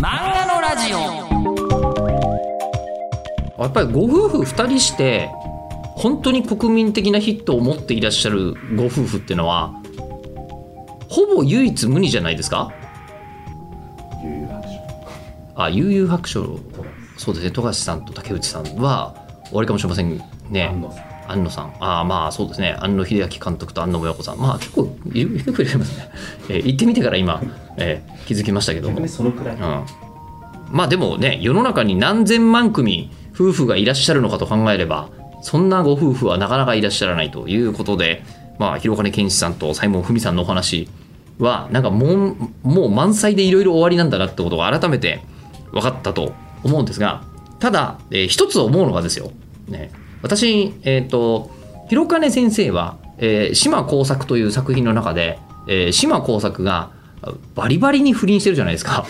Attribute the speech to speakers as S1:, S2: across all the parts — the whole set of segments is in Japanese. S1: 漫画のラジオ
S2: やっぱりご夫婦2人して本当に国民的なヒットを持っていらっしゃるご夫婦っていうのはほぼ唯一無二じゃないですか
S3: 悠々白書
S2: あ悠々白書そうですね富樫さんと竹内さんは終わりかもしれませんね
S3: 安野さん
S2: 安野さんああまあそうですね安野秀明監督と安野親子さんまあ結構いる結構いらっしゃいますね、えー行ってみてから今、えー気づきましたけども
S3: 逆にそのくらい、
S2: うん、まあでもね世の中に何千万組夫婦がいらっしゃるのかと考えればそんなご夫婦はなかなかいらっしゃらないということで、まあ、広金健志さんと西門文さんのお話はなんかもうもう満載でいろいろ終わりなんだなってことが改めて分かったと思うんですがただ、えー一つ思うのがですよ、ね、私、えー、と広金先生は、えー島耕作という作品の中で、えー島耕作がバリバリに不倫してるじゃないですか。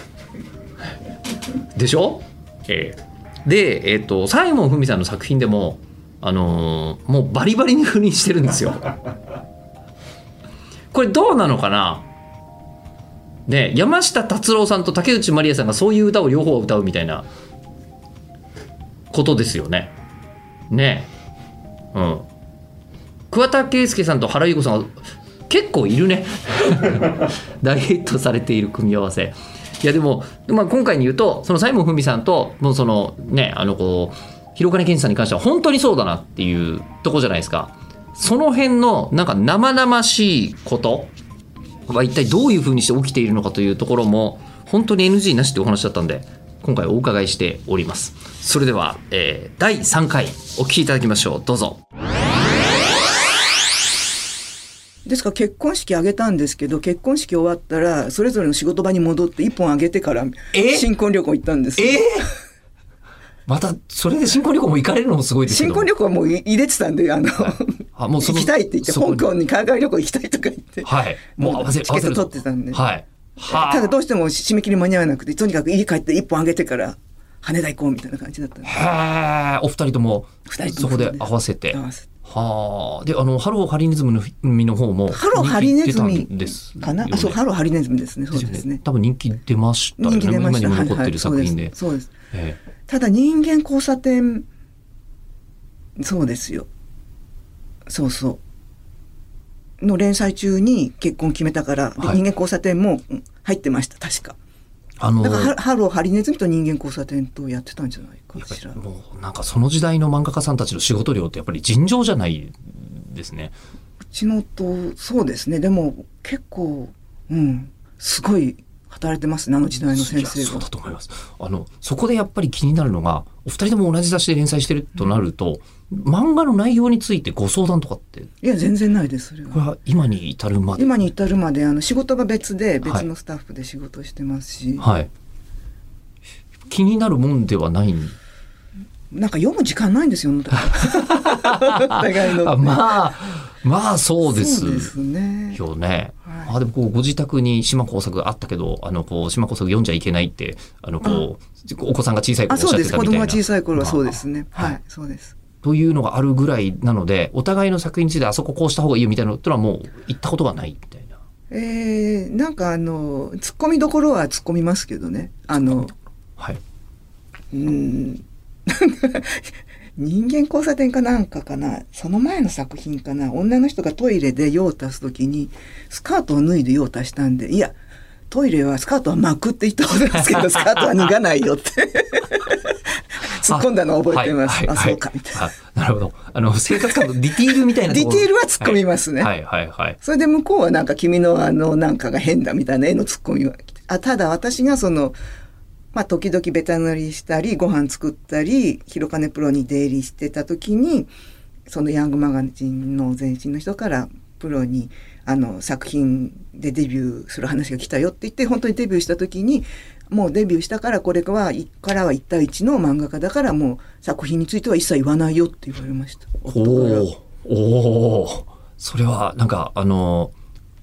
S2: でしょ、ええで、えっとサイモン・フミさんの作品でも、あのーもうバリバリに不倫してるんですよ。 これどうなのかなね山下達郎さんと竹内まりやさんがそういう歌を両方歌うみたいなことですよね。ねえ。うん。桑田佳祐さんと原由子さんが結構いるね。大ヒットされている組み合わせ。いやでも、まあ、今回に言うとその西門文さんともうそのねあのこう広金健二さんに関しては本当にそうだなっていうとこじゃないですかその辺のなんか生々しいことは一体どういうふうにして起きているのかというところも本当に NG なしってお話だったんで今回お伺いしておりますそれでは、えー第3回お聞きいただきましょうどうぞ
S4: ですから結婚式あげたんですけど結婚式終わったらそれぞれの仕事場に戻って一本あげてから
S2: え
S4: 新婚旅行行ったんですよ
S2: またそれで新婚旅行も行かれるのもすごい
S4: 新婚旅行はもう入れてたんであの、
S2: あもうそ
S4: 行
S2: の
S4: きたいって言って
S2: そこ
S4: 香
S2: に
S4: 港に海外旅行行きたいとか言って、
S2: はいもう合わせ
S4: チケット
S2: 合わせると
S4: 取ってたんで
S2: はいはあ
S4: ただどうしても締め切り間に合わなくてとにかく家帰って一本あげてから羽田行こうみたいな感じだったんで
S2: へーお二人とも
S4: 二人と
S2: そ
S4: も
S2: こ
S4: そうです
S2: で合わせて
S4: 合わせて
S2: はあであのハローハリネズミの身の方も
S4: ハローハリネ
S2: 人気
S4: ズ
S2: 出
S4: ミ
S2: たんですよね
S4: かな、あそうハローハリネズミですねそうですね
S2: 多分人気出ましたよね
S4: 人気出ました
S2: 今にも残っ
S4: は
S2: て
S4: いは
S2: る
S4: いそう
S2: 作
S4: で
S2: 品
S4: す
S2: で、
S4: そうです
S2: ええ
S4: ただ人間交差点そうですよそうそうの連載中に結婚決めたから、で
S2: はい
S4: 人間交差点もうん入ってました確か
S2: あの
S4: だからハハローハリネズミと人間交差点とやってたんじゃないかしら
S2: もうなんかその時代の漫画家さんたちの仕事量ってやっぱり尋常じゃないですね
S4: うちのとそうですねでも結構うんすごい働いてますねあの時代の先
S2: いや
S4: 生
S2: そう
S4: が
S2: だと思いますあのそこでやっぱり気になるのがお二人とも同じ雑誌で連載してるとなると、漫画の内容についてご相談とかって
S4: いや全然ないですそれは
S2: これは今に至るまで
S4: 今に至るまであの仕事が別で
S2: はい
S4: 別のスタッフで仕事してますし、
S2: はい。気になるもんではないん。
S4: なんか読む時間ないんですよ。だ からお互いの。
S2: あまあ、まあそうです
S4: そうですね。
S2: よね。
S4: はい
S2: あでもこうご自宅に島耕作があったけど、あのこう島耕作読んじゃいけないって、あのこう、お子さんが小さい頃お
S4: あ、
S2: っ
S4: そ
S2: しゃ
S4: う
S2: って
S4: です。
S2: た
S4: 子
S2: みたい
S4: 供
S2: な。
S4: が小さい頃はそうですね。
S2: まあ
S4: は
S2: はい
S4: い、そうです。
S2: というのがあるぐらいなので、お互いの作品についてあそここうした方がいいよみたいなのってのはもう言ったことがないみたいな。
S4: えー、なんかあの、突っ込みどころは突っ込みますけどね。あの、
S2: はい。
S4: うーん、人間交差点かなんかかな。その前の作品かな。女の人がトイレで用を足すときに、スカートを脱いで用を足したんで、いや、トイレはスカートは巻くって言ったことですけど、スカートは脱がないよって。突っ込んだのを覚えてます。あ、そうか、みたいな。
S2: な。あなるほど。あの、生活感のディティールみたいなと
S4: デ
S2: こ
S4: ィ
S2: ろ。
S4: テールは突っ込みますね。
S2: はいはいはい。
S4: それで向こうはなんか君のあのなんかが変だみたいな絵のツッコミは来てあただ私がそのまあ時々ベタ塗りしたりご飯作ったり広金プロに出入りしてた時にそのヤングマガジンの前身の人からプロにあの作品でデビューする話が来たよって言って本当にデビューした時にもうデビューしたからこれはからは1対1の漫画家だからもう作品については一切言わないよって言われました。
S2: お
S4: 夫から
S2: ーおーそれはなんかあの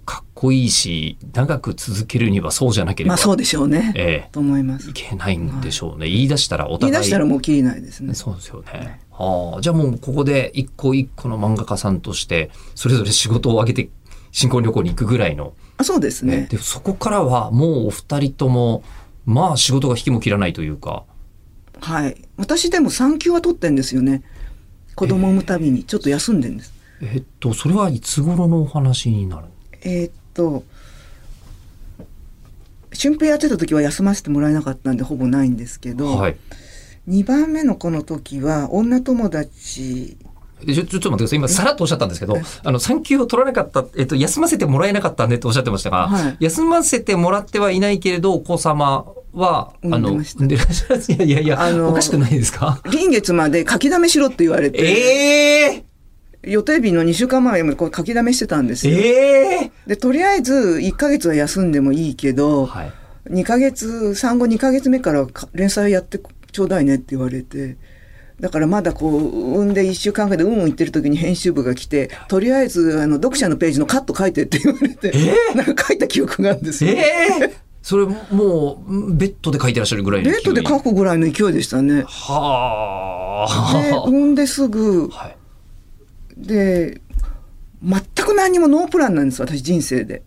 S2: かっこいいし長く続けるにはそうじゃなければ、
S4: まあそうでしょうね。
S2: え
S4: と思いま
S2: え
S4: す
S2: い。けないんでしょうね、言い出したらお
S4: 言
S2: 互
S4: い
S2: い
S4: 出したらもう切りないですね。
S2: そうですよね、はあ、じゃあもうここで一個一個の漫画家さんとしてそれぞれ仕事を上げて新婚旅行に行くぐらいの、
S4: あそうです
S2: ね
S4: ね。
S2: でそこからはもうお二人ともまあ仕事が引きも切らないというか
S4: はい私でも産休は取ってんですよね子供を産むたびにちょっと休んでんです
S2: えっとそれはいつ頃のお話になる
S4: えーっと春平やってた時は休ませてもらえなかったんでほぼないんですけど、
S2: はい
S4: 2番目の子の時は女友達
S2: えちょちょっと待ってください今さらっとおっしゃったんですけどあの産休を取らなかった、えっと、休ませてもらえなかったねっておっしゃってましたが、
S4: はい
S2: 休ませてもらってはいないけれどお子様はあの
S4: 産んでました
S2: 産んでらっしゃるいやいやいや
S4: あの
S2: おかしくないですか
S4: 臨月まで書きだめしろって言われて、
S2: ええ
S4: 予定日の2週間前までこう書きだめしてたんですよ。
S2: ええ
S4: でとりあえず1ヶ月は休んでもいいけど、
S2: はい
S4: 2ヶ月産後2ヶ月目からか連載やってちょうだいねって言われてだからまだこう産んで1週間ぐらいでうんうん言ってる時に編集部が来てとりあえずあの読者のページのカット書いてって言われて、なんか書いた記憶があるんです
S2: え
S4: よ。
S2: えそれもうんベッドで書いてらっしゃるぐらいの
S4: デートで書くぐらいの勢いでしたね。
S2: は
S4: で
S2: あ、
S4: 産んですぐ
S2: はい、
S4: で全く何にもノープランなんです私人生で。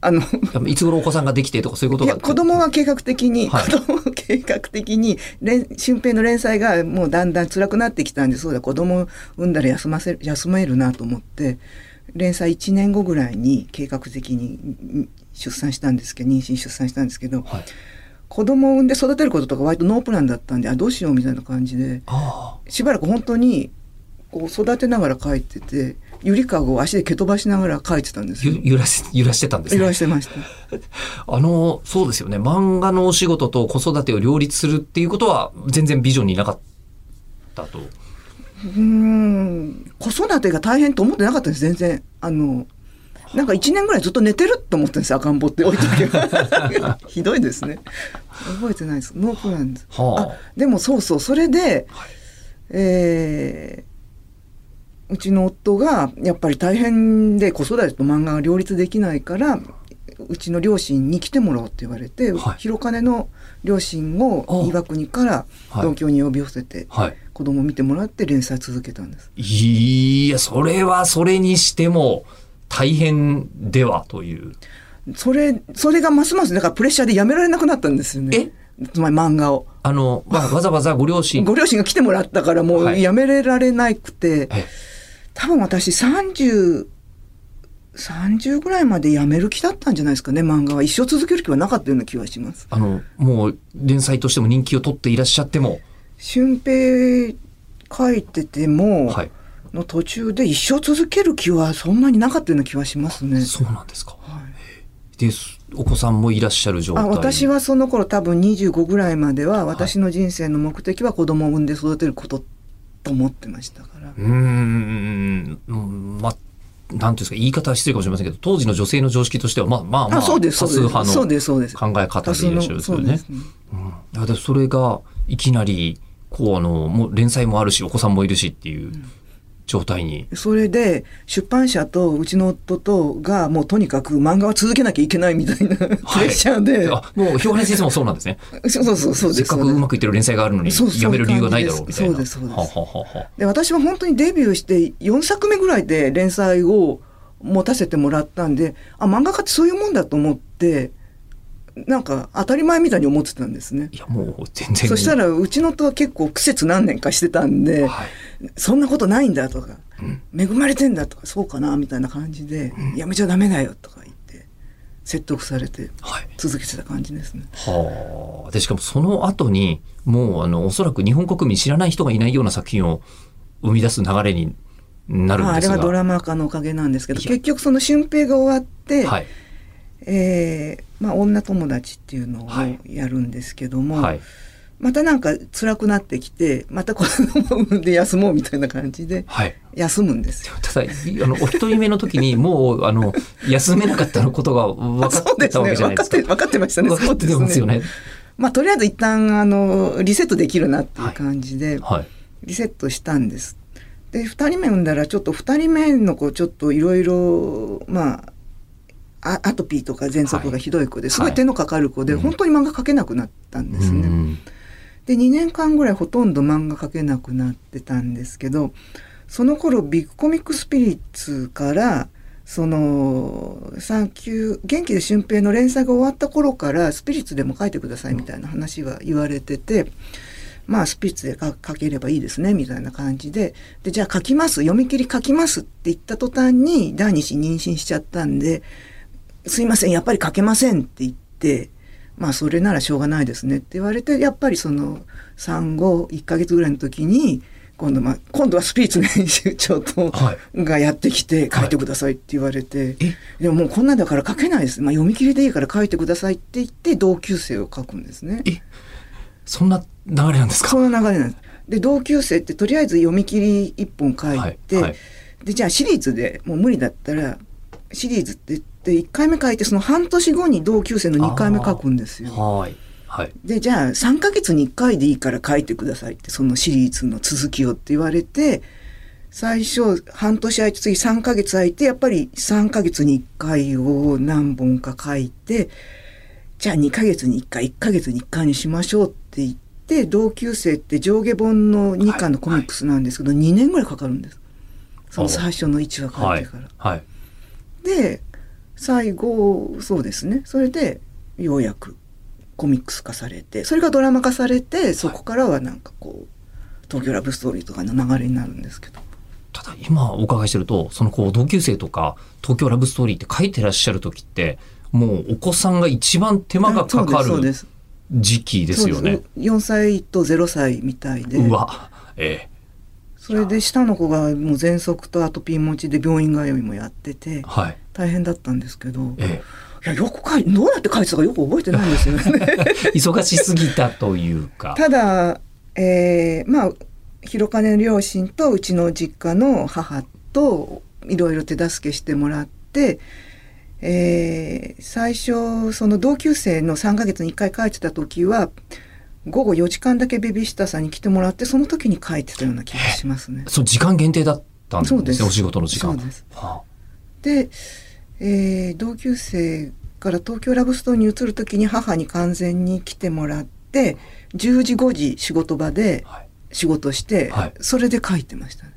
S4: あの
S2: やっぱいつ頃お子さんができてとかそういうこと
S4: い
S2: が
S4: や子供は計画的に、
S2: はい
S4: 子供は計画的に連春平の連載がもうだんだん辛くなってきたんでそうだ子供産んだら休ませる休めるなと思って連載1年後ぐらいに計画的にん出産したんですけど妊娠出産したんですけど
S2: はい、
S4: 子供を産んで育てることとか割とノープランだったんであどうしようみたいな感じで
S2: あ
S4: しばらく本当にこう育てながら書いててゆりかごを足で蹴飛ばしながら書いてたんで
S2: ー
S4: すよ。
S2: ゆ揺らし揺らしてたんです
S4: いら
S2: ね
S4: っしゃいました。
S2: あのそうですよね漫画のお仕事と子育てを両立するっていうことは全然ビジョンになかったと
S4: うーん子育てが大変と思ってなかったんです全然あのなんか1年ぐらいずっと寝てると思ってたんです赤ん坊って置いとけ ばひどいですね覚えてないですノープランズ
S2: は
S4: あでもそうそうそれで、えーうちの夫がやっぱり大変で子育てと漫画が両立できないからうちの両親に来てもらおうって言われて、
S2: はい
S4: 広金の両親を岩国から
S2: はい
S4: 東京に呼び寄せて、
S2: あはい
S4: 子供見てもらって連載続けたんです。
S2: いやそれはそれにしても大変ではという
S4: それそれがますますだからプレッシャーでやめられなくなったんですよね。つまり漫画を。
S2: あの、まあ、わざわざご両親
S4: ご両親が来てもらったからも
S2: は
S4: う
S2: い
S4: やめられなくて、
S2: え
S4: 多分私3030ぐらいまでやめる気だったんじゃないですかね漫画は一生続ける気はなかったような気はします。
S2: あのもう連載としても人気を取っていらっしゃっても、
S4: 俊平書いてても、
S2: はい、
S4: の途中で一生続ける気はそんなになかったような気はしますね。
S2: そうなんですか。
S4: はい
S2: ですお子さんもいらっしゃる状態
S4: あ私はその頃多分25ぐらいまでは私の人生の目的は子供を産んで育てることと思ってましたから、
S2: うーんうんまあなんていうんですか言い方は失礼かもしれませんけど当時の女性の常識としてはまあまあまあ
S4: あそうです
S2: 多
S4: そう
S2: 数
S4: です
S2: 派
S4: そうで
S2: の
S4: すそうです
S2: 考え方でいらっしゃるんですよ
S4: 多数のそうで
S2: ね
S4: す。ね
S2: うんだからそれがいきなりこうあのもう連載もあるしお子さんもいるしっていう状態に、
S4: それで出版社とうちの夫とがもうとにかく漫画は続けなきゃいけないみたいな プレッシャーで、
S2: あもう氷原先生もそうなんですね。
S4: そうそうそうそう
S2: せ
S4: で
S2: っ
S4: す
S2: かくう
S4: そうです
S2: まくいってる連載があるのに
S4: そうそう
S2: やめる理由はないだろうみたいな。
S4: そうですそうです
S2: はははは
S4: で私は本当にデビューして4作目ぐらいで連載を持たせてもらったんであ漫画家ってそういうもんだと思ってなんか当たり前みたいに思ってたんですね
S2: いやもう全然
S4: そしたらうちの夫は結構苦節何年かしてたんで、
S2: はい
S4: そんなことないんだとか、恵まれてんだとかそうかなみたいな感じで、やめちゃダメだよとか言って説得されて
S2: はい
S4: 続けてた感じですね。
S2: はあでしかもその後にもうあのおそらく日本国民知らない人がいないような作品を生み出す流れになる
S4: まあ、
S2: ん
S4: あ
S2: で
S4: れ
S2: すが、
S4: はドラマ化のおかげなんですけど
S2: いや
S4: 結局その春平が終わって、
S2: はい
S4: えーまあ、女友達っていうのを
S2: はい
S4: やるんですけども、
S2: はい
S4: またなんか辛くなってきてまた子供を産んで休もうみたいな感じで
S2: はい
S4: 休むんですよ。
S2: ただあのお一人目の時 にもうあの休めなかったことが分か
S4: そ
S2: っ
S4: う
S2: て
S4: で
S2: た
S4: す
S2: わ
S4: ね
S2: けじゃないで
S4: 分かっ
S2: すか
S4: て分かってましたね。
S2: 分かってますよね
S4: まあ、とりあえず一旦あのリセットできるなっていう感じで、
S2: はい
S4: リセットしたんです。で2人目産んだらちょっと2人目の子ちょっといろいろまああアトピーとか喘息がひどい子ですご
S2: はい
S4: い手のかかる子で、
S2: うん
S4: 本当に漫画描けなくなったんです
S2: う
S4: ね。
S2: ん
S4: で2年間ぐらいほとんど漫画描けなくなってたんですけどその頃ビッグコミックスピリッツからその「産休元気で俊平」の連載が終わった頃からスピリッツでも書いてくださいみたいな話は言われてて。まあスピリッツで書書ければいいですねみたいな感じででじゃあ書きます読み切り書きますって言った途端に第二子妊娠しちゃったんですいません、やっぱり書けませんって言って、まあそれならしょうがないですねって言われて、やっぱりその産後1ヶ月ぐらいの時に、今度まあ、今度はスピーチの編集 長と、
S2: はい
S4: がやってきて書いてくださいって言われて、でももうこんなんだから書けないです。まあ読み切りでいいから書いてくださいって言って同級生を書くんですね。
S2: そんな流れなんですか
S4: そんな流れなんです。で同級生ってとりあえず読み切り1本書いて、
S2: はいはい
S4: でじゃあシリーズでもう無理だったらシリーズって言って1回目書いてその半年後に同級生の2回目書くんですよ。
S2: はいはい
S4: でじゃあ3ヶ月に1回でいいから書いてくださいってそのシリーズの続きをって言われて最初半年空いて次3ヶ月空いてやっぱり3ヶ月に1回を何本か書いてじゃあ2ヶ月に1回1ヶ月に1回にしましょうって言って同級生って上下本の2巻のコミックスなんですけど、2年ぐらいかかるんですその最初の1話書
S2: はいい
S4: てから。
S2: はい
S4: で最後そうですねそれでようやくコミックス化されてそれがドラマ化されてそこからはなんかこう東京ラブストーリーとかの流れになるんですけど
S2: ただ今お伺いしてるとそのこう同級生とか「東京ラブストーリー」って書いてらっしゃる時ってもうお子さんが一番手間がかか
S4: そうで
S2: る
S4: す
S2: 時期で
S4: そう
S2: す
S4: です
S2: よね。
S4: 4歳と0歳みたいで
S2: うわえ
S4: それで下の子がもう喘息とアトピー持ちで病院通いもやってて
S2: えはい
S4: 大変だったんですけどい
S2: え
S4: やよく書いどうやって書いてたかよく覚えてないんですよね。
S2: え忙しすぎたというか。
S4: ただ、えーまあ広金の両親とうちの実家の母といろいろ手助けしてもらって、えー最初その同級生の3ヶ月に1回帰ってた時は午後4時間だけベビーシッターさんに来てもらってその時に帰ってたような気がしますね。
S2: そう時間限定だったんです
S4: そ
S2: ね
S4: うです
S2: お仕事の時間
S4: そうです
S2: は
S4: で、えー同級生から東京ラブストーリーに移る時に母に完全に来てもらって10時5時仕事場で
S2: あはい
S4: 仕事して、
S2: はい
S4: それで書いてましたね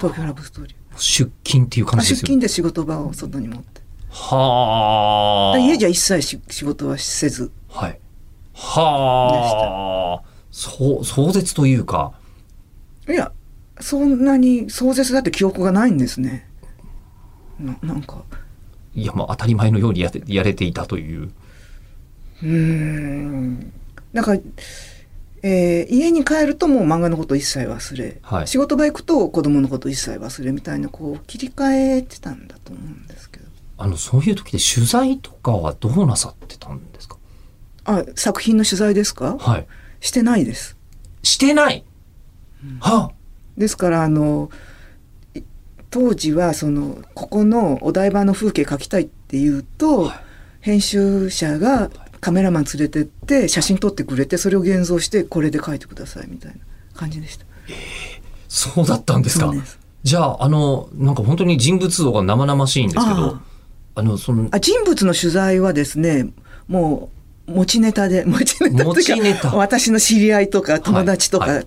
S4: 東京ラブストーリー
S2: 出勤っていう
S4: あ
S2: 感じ
S4: 出
S2: ですよ
S4: 勤
S2: ね
S4: で仕事場を外に持って
S2: はあ
S4: で家じゃ一切し仕事はせず
S2: はいはあそう壮絶というか
S4: いやそんなに壮絶だって記憶がないんですねななんか
S2: いやまあ当たり前のようにやってやれていたという
S4: うーんなんか、えー家に帰るともう漫画のこと一切忘れ、
S2: はい
S4: 仕事場行くと子供のこと一切忘れみたいなこう切り替えてたんだと思うんですけど
S2: あのそういう時で取材とかはどうなさってたんですか
S4: あ作品の取材ですか
S2: はい
S4: してないです
S2: してない、は
S4: ですからあのい当時はそのここのお台場の風景描きたいっていうと、編集者がカメラマン連れてって写真撮ってくれてそれを現像してこれで描いてくださいみたいな感じでした。
S2: あそうだったんです
S4: そ
S2: か
S4: うです
S2: じゃああのなんか本当に人物像が生々しいんですけど
S4: あ
S2: あのその
S4: あ人物の取材はですねもう持ちネタで 持ちネタって
S2: 持ち
S4: い
S2: ネ
S4: う
S2: タ
S4: か私の知り合いとか友達と
S2: は
S4: か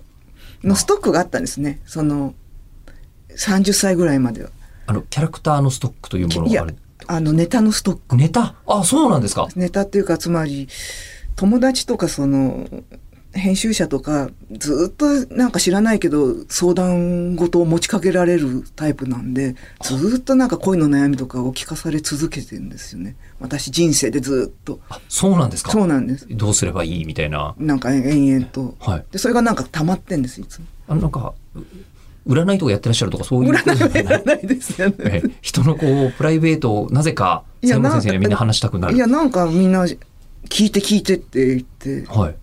S4: のストックがあったんですね、その30歳ぐらいまでは。
S2: あのキャラクターのストックというもの
S4: い
S2: が
S4: や
S2: ある
S4: あのネタのストック
S2: ネタあそうなんですか
S4: ネタっていうかつまり友達とかその編集者とかずっとなんか知らないけど相談事を持ちかけられるタイプなんでずっとなんか恋の悩みとかを聞かされ続けてるんですよね私人生でずっと
S2: あそうなんですか
S4: そうなんです
S2: どうすればいいみたいな
S4: なんか延々と、
S2: はい
S4: でそれがなんか溜まってんですいつも
S2: あのなんかう占いとかやってらっしゃるとかそういう
S4: 占いはやらないですよね
S2: ええ人のこうプライベートをなぜか
S4: いや
S2: 専門
S4: な
S2: 先生にはみんな話したくない
S4: や
S2: る
S4: なんかみんな聞いて聞いてって言って
S2: はい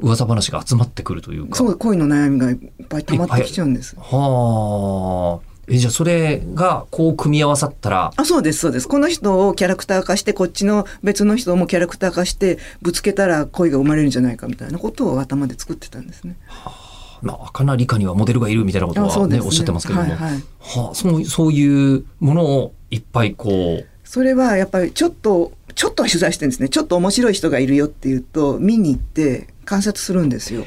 S2: 噂話が集まってくるというか
S4: そう恋の悩みがいっぱい溜まってきちゃうんです
S2: はあえじゃあそれがこう組み合わさったら
S4: あそうですそうですこの人をキャラクター化してこっちの別の人もキャラクター化してぶつけたら恋が生まれるんじゃないかみたいなことを頭で作ってたんですね。
S2: まあ赤な理科にはモデルがいるみたいなこと
S4: あそ
S2: は
S4: う
S2: ね
S4: ですね
S2: おっしゃってますけども、
S4: はいはい
S2: はあ、そうそういうものをいっぱいこう
S4: それはやっぱりちょっとちょっとは取材してるんですねちょっと面白い人がいるよっていうと見に行って観察するんですよ。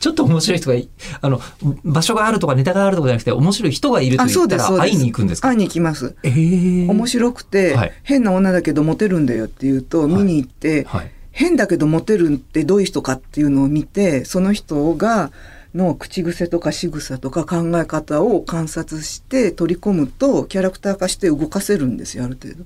S2: ちょっと面白い人がいあの場所があるとかネタがあるとかじゃなくて面白い人がいると
S4: あ、そ
S2: 言っ
S4: うで
S2: た
S4: す、そ
S2: ら
S4: うです。
S2: 会いに行くんですか
S4: 会いに行きます。
S2: えー
S4: 面白くて、
S2: はい
S4: 変な女だけどモテるんだよって言うと、見に行って、
S2: はい
S4: 変だけどモテるってどういう人かっていうのを見てその人がの口癖とか仕草とか考え方を観察して取り込むとキャラクター化して動かせるんですよある程度。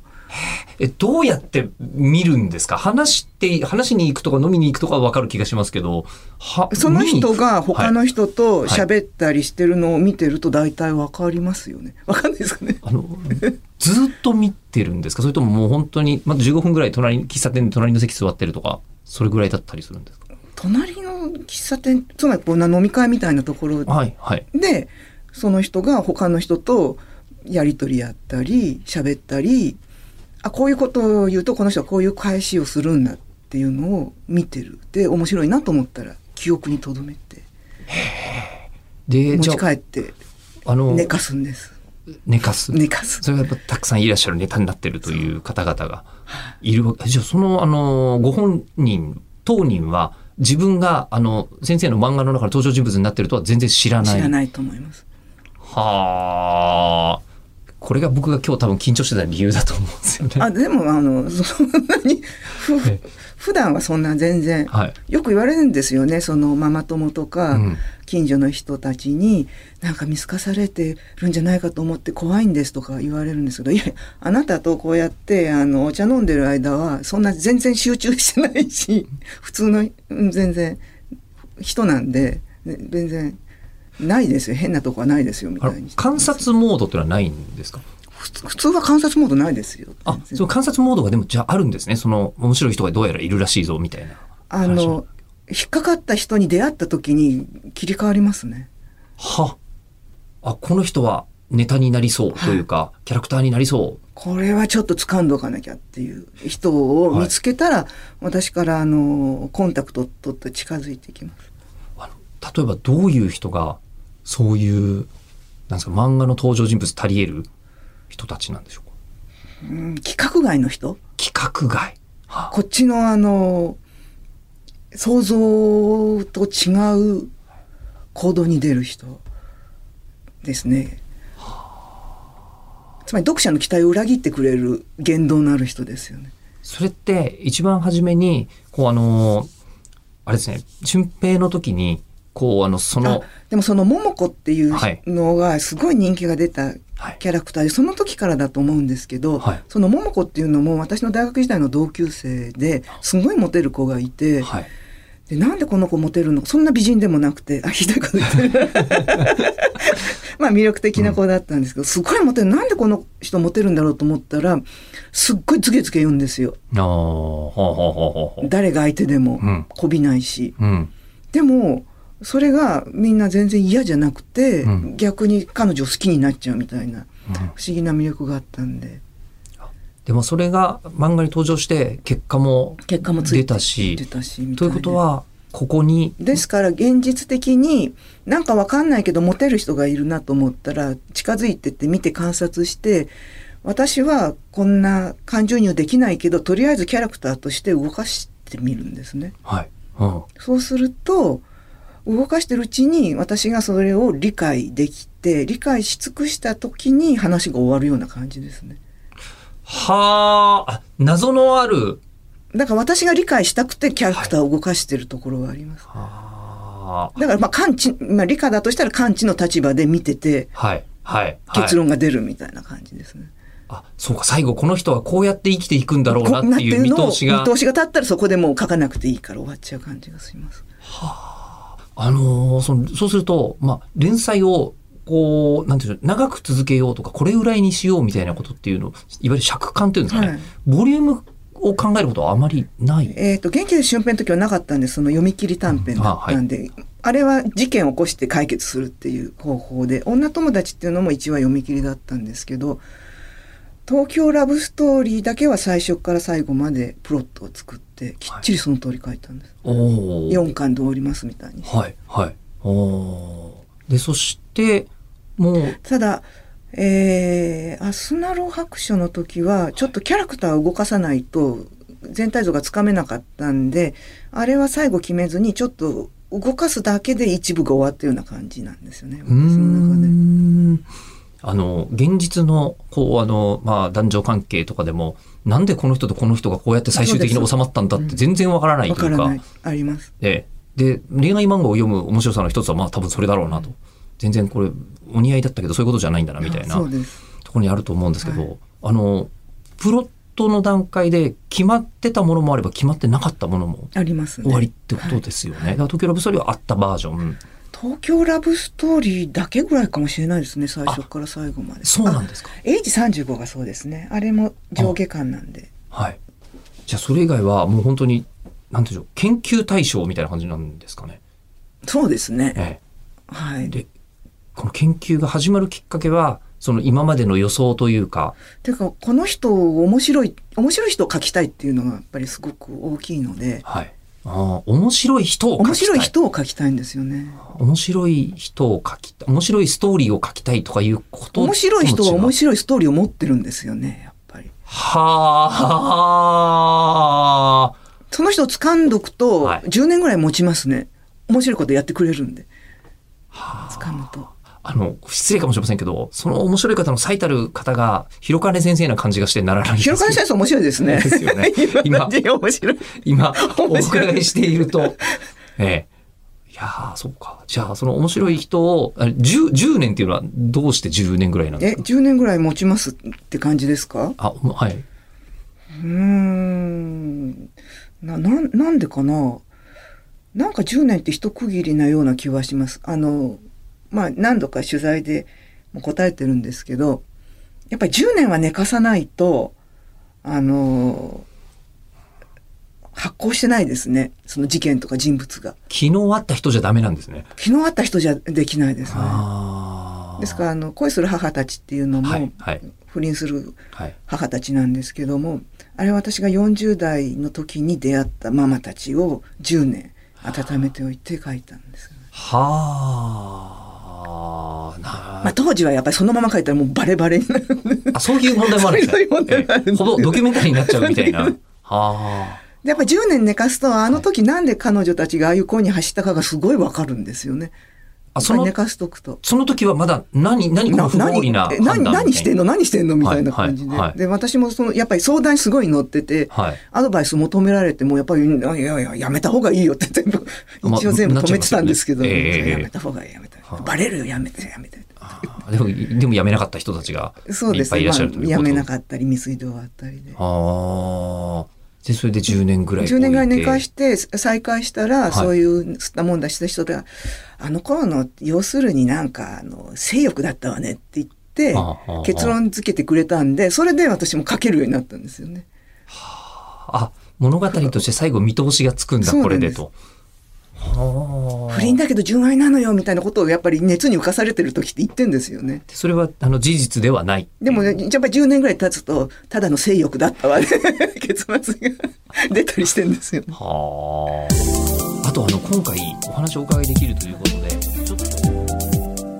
S2: えどうやって見るんですか話して話に行くとか飲みに行くとかは分かる気がしますけどは
S4: その
S2: 見に行
S4: 人
S2: く
S4: が他
S2: は
S4: の
S2: い
S4: 人と
S2: い
S4: 喋ったりしてるのを見てると大体わかりますよね。わかんないですかね。
S2: あのずーっと見てるんですかそれとももう本当にまだ15分ぐらい隣に喫茶店で隣の席座ってるとかそれぐらいだったりするんですか
S4: 隣の喫茶店つまりこんな飲み会みたいなところ
S2: はいはい
S4: でその人が他の人とやり取りやったり喋ったりあこういうことを言うとこの人はこういう返しをするんだっていうのを見てるで面白いなと思ったら記憶に留めて
S2: で
S4: 持
S2: じゃ
S4: ち帰って
S2: ああの
S4: 寝かすんです
S2: 寝かす
S4: 寝かす
S2: それはやっぱたくさんいらっしゃるネタになってるという方々がいるわけ。じゃあそのあのご本人当人は自分があの先生の漫画の中の登場人物になってるとは全然知らない。
S4: 知らないと思います
S2: はあ。これが僕が今日多分緊張してた理由だと思うんですよね。
S4: あでもあのそんなにふ
S2: え
S4: 普段はそんな全然
S2: はい。
S4: よく言われるんですよねそのママ友とか、
S2: うん
S4: 近所の人たちになんか見透かされてるんじゃないかと思って怖いんですとか言われるんですけどいやいやあなたとこうやってあのお茶飲んでる間はそんな全然集中してないし 普通のうん全然人なんでね全然ないですよ変なとこはないですよみ
S2: あ
S4: た
S2: の
S4: いに
S2: 観察モードってのはないんですか
S4: 普通普通は観察モードないですよ
S2: あ
S4: 全、然
S2: その観察モードがでもじゃああるんですね。その面白い人がどうやらいるらしいぞみたいな。
S4: あの引っかかった人に出会った時に切り替わりますね
S2: はあ、この人はネタになりそうというか、キャラクターになりそう
S4: これはちょっと掴んどかなきゃっていう人を見つけたら、私からあのコンタクト取って近づいていきます。
S2: あの例えばどういう人がそういうなんですか漫画の登場人物足り得る人たちなんでしょうか
S4: うん規格外の人
S2: 企画外は
S4: こっちのあの想像と違う行動に出る人ですね。つまり読者の期待を裏切ってくれる言動のある人ですよね。
S2: それって一番初めにこうあのあれですね春平の時にこうあのそ
S4: あ
S2: の
S4: でもその桃子っていう
S2: はい
S4: のがすごい人気が出た
S2: はい
S4: キャラクターでその時からだと思うんですけど、
S2: はい
S4: その桃子っていうのも私の大学時代の同級生ですごいモテる子がいて、
S2: はい
S4: でなんでこの子モテるのそんな美人でもなくてあひどいこと言っ てるまあ魅力的な子だったんですけど、すごいモテるなんでこの人モテるんだろうと思ったらすっごいズケズケ言うんですよ
S2: ああほうほうほうほうほう
S4: 誰が相手でも
S2: うん
S4: こびないし。
S2: うん
S4: でもそれがみんな全然嫌じゃなくて、
S2: うん
S4: 逆に彼女を好きになっちゃうみたいな
S2: うん
S4: 不思議な魅力があったんで
S2: でもそれが漫画に登場して結果も
S4: 結果もついて
S2: 出たし
S4: 出たしみた
S2: と
S4: い
S2: いう
S4: な
S2: ことはここに
S4: ですから現実的になんかわかんないけどモテる人がいるなと思ったら近づいてって見て観察して私はこんな感情移入できないけどとりあえずキャラクターとして動かしてみるんですね。
S2: はい、うん、
S4: そうすると動かしてるうちに私がそれを理解できて理解し尽くした時に話が終わるような感じですね。
S2: はーあ謎のある
S4: だから私が理解したくてキャラクターを動かしてるところがあります。
S2: は
S4: だからまあ感知、まあ理科だとしたら感知の立場で見てて
S2: いはいはい
S4: 結論が出るみたいな感じですね。
S2: あそうか最後この人はこうやって生きていくんだろうな
S4: こんな
S2: っていう見通しが
S4: 見通しが立ったらそこでもう書かなくていいから終わっちゃう感じがします。
S2: あのーそのそうすると、まあ、連載をこうなんていうの長く続けようとかこれぐらいにしようみたいなことっていうのいわゆる尺感っていうんですかね、
S4: はい
S2: ボリュームを考えることはあまりない。
S4: えっ、と、元気で俊平の時はなかったんで、その読み切り短編だったんで、あ,、れは事件を起こして解決するっていう方法で、女友達っていうのも一話読み切りだったんですけど、東京ラブストーリーだけは最初から最後までプロットを作って、きっちりその通り書いたんです。
S2: おおー
S4: 4巻で終わりますみたいに。
S2: はいはい。おおーでそしてもう
S4: ただ、えー、アスナロ白書の時は、ちょっとキャラクターを動かさないと、全体像がつかめなかったんであれは最後決めずにちょっと動かすだけで一部が終わったような感じなんですよね私
S2: うー
S4: の中で。
S2: んあの現実のこうあの、まあ、男女関係とかでもなんでこの人とこの人がこうやって最終的に収まったんだっ
S4: そうで
S2: て
S4: す
S2: 全然わからない
S4: わ
S2: とい
S4: か
S2: う
S4: ら
S2: か
S4: ないあります。
S2: ええで恋愛漫画を読む面白さの一つはまあ多分それだろうなと全然これお似合いだったけどそういうことじゃないんだなみたいな
S4: そうです。
S2: ところにあると思うんですけど、
S4: はい
S2: あのプロットの段階で決まってたものもあれば決まってなかったものも
S4: ありますね。
S2: 終わりってことですよね。だから東京ラブストーリーはあったバージョン
S4: 東京ラブストーリーだけぐらいかもしれないですね最初から最後まで
S2: そうな
S4: あ
S2: んですか
S4: H35 がそうですねあれも上下巻なんで
S2: はい。じゃあそれ以外はもう本当に何でしょう研究対象みたいな感じなんですかね。
S4: そうですね
S2: え
S4: はい
S2: え、
S4: で
S2: でこの研究が始まるきっかけはその今までの予想というか
S4: てかこの人を面白い面白い人を描きたいっていうのがやっぱりすごく大きいので
S2: はい。ああ面白い人を描きたい
S4: 面白い人を描きたいんですよね
S2: 面白い人を描きたい面白いストーリーを描きたいとかいうこと
S4: 面白い人は面
S2: い
S4: 白いストーリーを持ってるんですよねやっぱり
S2: はあ
S4: その人を掴んどくと
S2: はい
S4: 10年ぐらい持ちますね面白いことやってくれるんで掴むと
S2: あの失礼かもしれませんけどその面白い方の最たる方が広金先生な感じがしてならないんですけど
S4: 広川先生面白いですね
S2: ですよね
S4: 今
S2: 今
S4: ま で面白い
S2: 今お
S4: 面白い
S2: 伺いしているとええいやーそうかじゃあその面白い人をあ 10, 10年っていうのはどうして10年ぐらいなんで
S4: え、
S2: すか
S4: 10年ぐらい持ちますって感じですか
S2: あはいう
S4: ーん。な、なん、なんでかななんか10年って一区切りなような気はします。あの、まあ、何度か取材でも答えてるんですけど、やっぱり10年は寝かさないと、あの、発行してないですね。その事件とか人物が。
S2: 昨日会った人じゃダメなんですね
S4: 昨日会った人じゃできないですね。
S2: ああ
S4: ですから、あの、恋する母たちっていうのも、
S2: はいはい
S4: 不倫する
S2: はい
S4: 母たちなんですけどもあれは私が40代の時に出会ったママたちを10年温めておいて書いたんです、
S2: はあ、な
S4: まあ、当時はやっぱりそのまま書いたらもうバレバレ になるんで
S2: あ、そういう問題もあるんです
S4: そういう問題もあるんです
S2: ほぼドキュメンタリーになっちゃうみた いな。はあ。
S4: やっぱり10年寝かすとあの時なんで彼女たちがああいう恋に走ったかがすごいわかるんですよね。
S2: あその
S4: やっぱり寝かしとくと。
S2: その時はまだ何、何この
S4: な
S2: 不合理な判
S4: え
S2: 断みたい
S4: 何
S2: な。
S4: 何してんの何してんのみたいな感じで。
S2: はいはいはい
S4: で私もそのやっぱり相談にすごい乗ってて、
S2: はい。
S4: アドバイス求められてもやっぱりいやいやいややめた方がいいよって全部
S2: まあ
S4: 一応全部止めてたんですけど、
S2: なっちゃいますよねええ
S4: やめた方がいいやめた、
S2: はい
S4: バレるよやめてやめて
S2: あーでも、でもやめなかった人たちが
S4: そう
S2: い
S4: で
S2: っ
S4: す
S2: ぱいいらっしゃるということ
S4: まあ、やめな
S2: っ
S4: かったり未遂で終わったりで
S2: た。ああ。で、それで10年ぐらい置いて。
S4: 10年ぐらい寝かして再開したら、
S2: い
S4: そういう吸ったもんだした人があの頃の要するになんかあの性欲だったわねって言って
S2: ああああ
S4: 結論付けてくれたんでそれで私も書けるようになったんですよね。
S2: あ、物語として最後見通しがつくんだ、
S4: そうな
S2: こ
S4: ん
S2: れ
S4: で
S2: ですと。はあ。
S4: 不倫だけど純愛なのよみたいなことをやっぱり熱に浮かされてる時って言ってんですよね。
S2: それは、あの、事実ではない。
S4: でも、ね、やっぱり10年ぐらい経つと、ただの性欲だったわね。 結末が出たりしてんですよね。
S2: はあ。あとあの今回お話をお伺いできるということで、ちょっと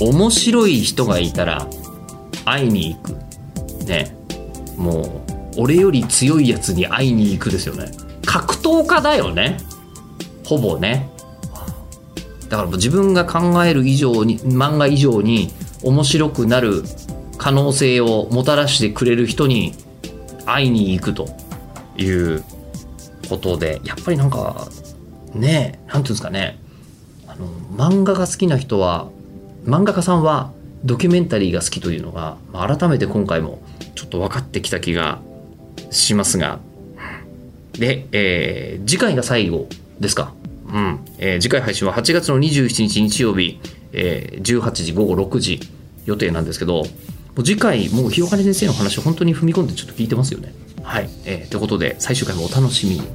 S5: 面白い人がいたら会いに行くねもう俺より強いやつに会いに行くですよね格闘家だよねほぼねだからもう自分が考える以上に漫画以上に面白くなる可能性をもたらしてくれる人に会いに行くということでやっぱりなんかねえなんていうんですかねあの漫画が好きな人は漫画家さんはドキュメンタリーが好きというのが、まあ、改めて今回もちょっと分かってきた気がしますがで、えー次回が最後ですか、うんえー次回配信は8月の27日日曜日、えー18時午後6時予定なんですけどもう次回もう広金先生の話を本当に踏み込んでちょっと聞いてますよねはい、えーということで最終回もお楽しみに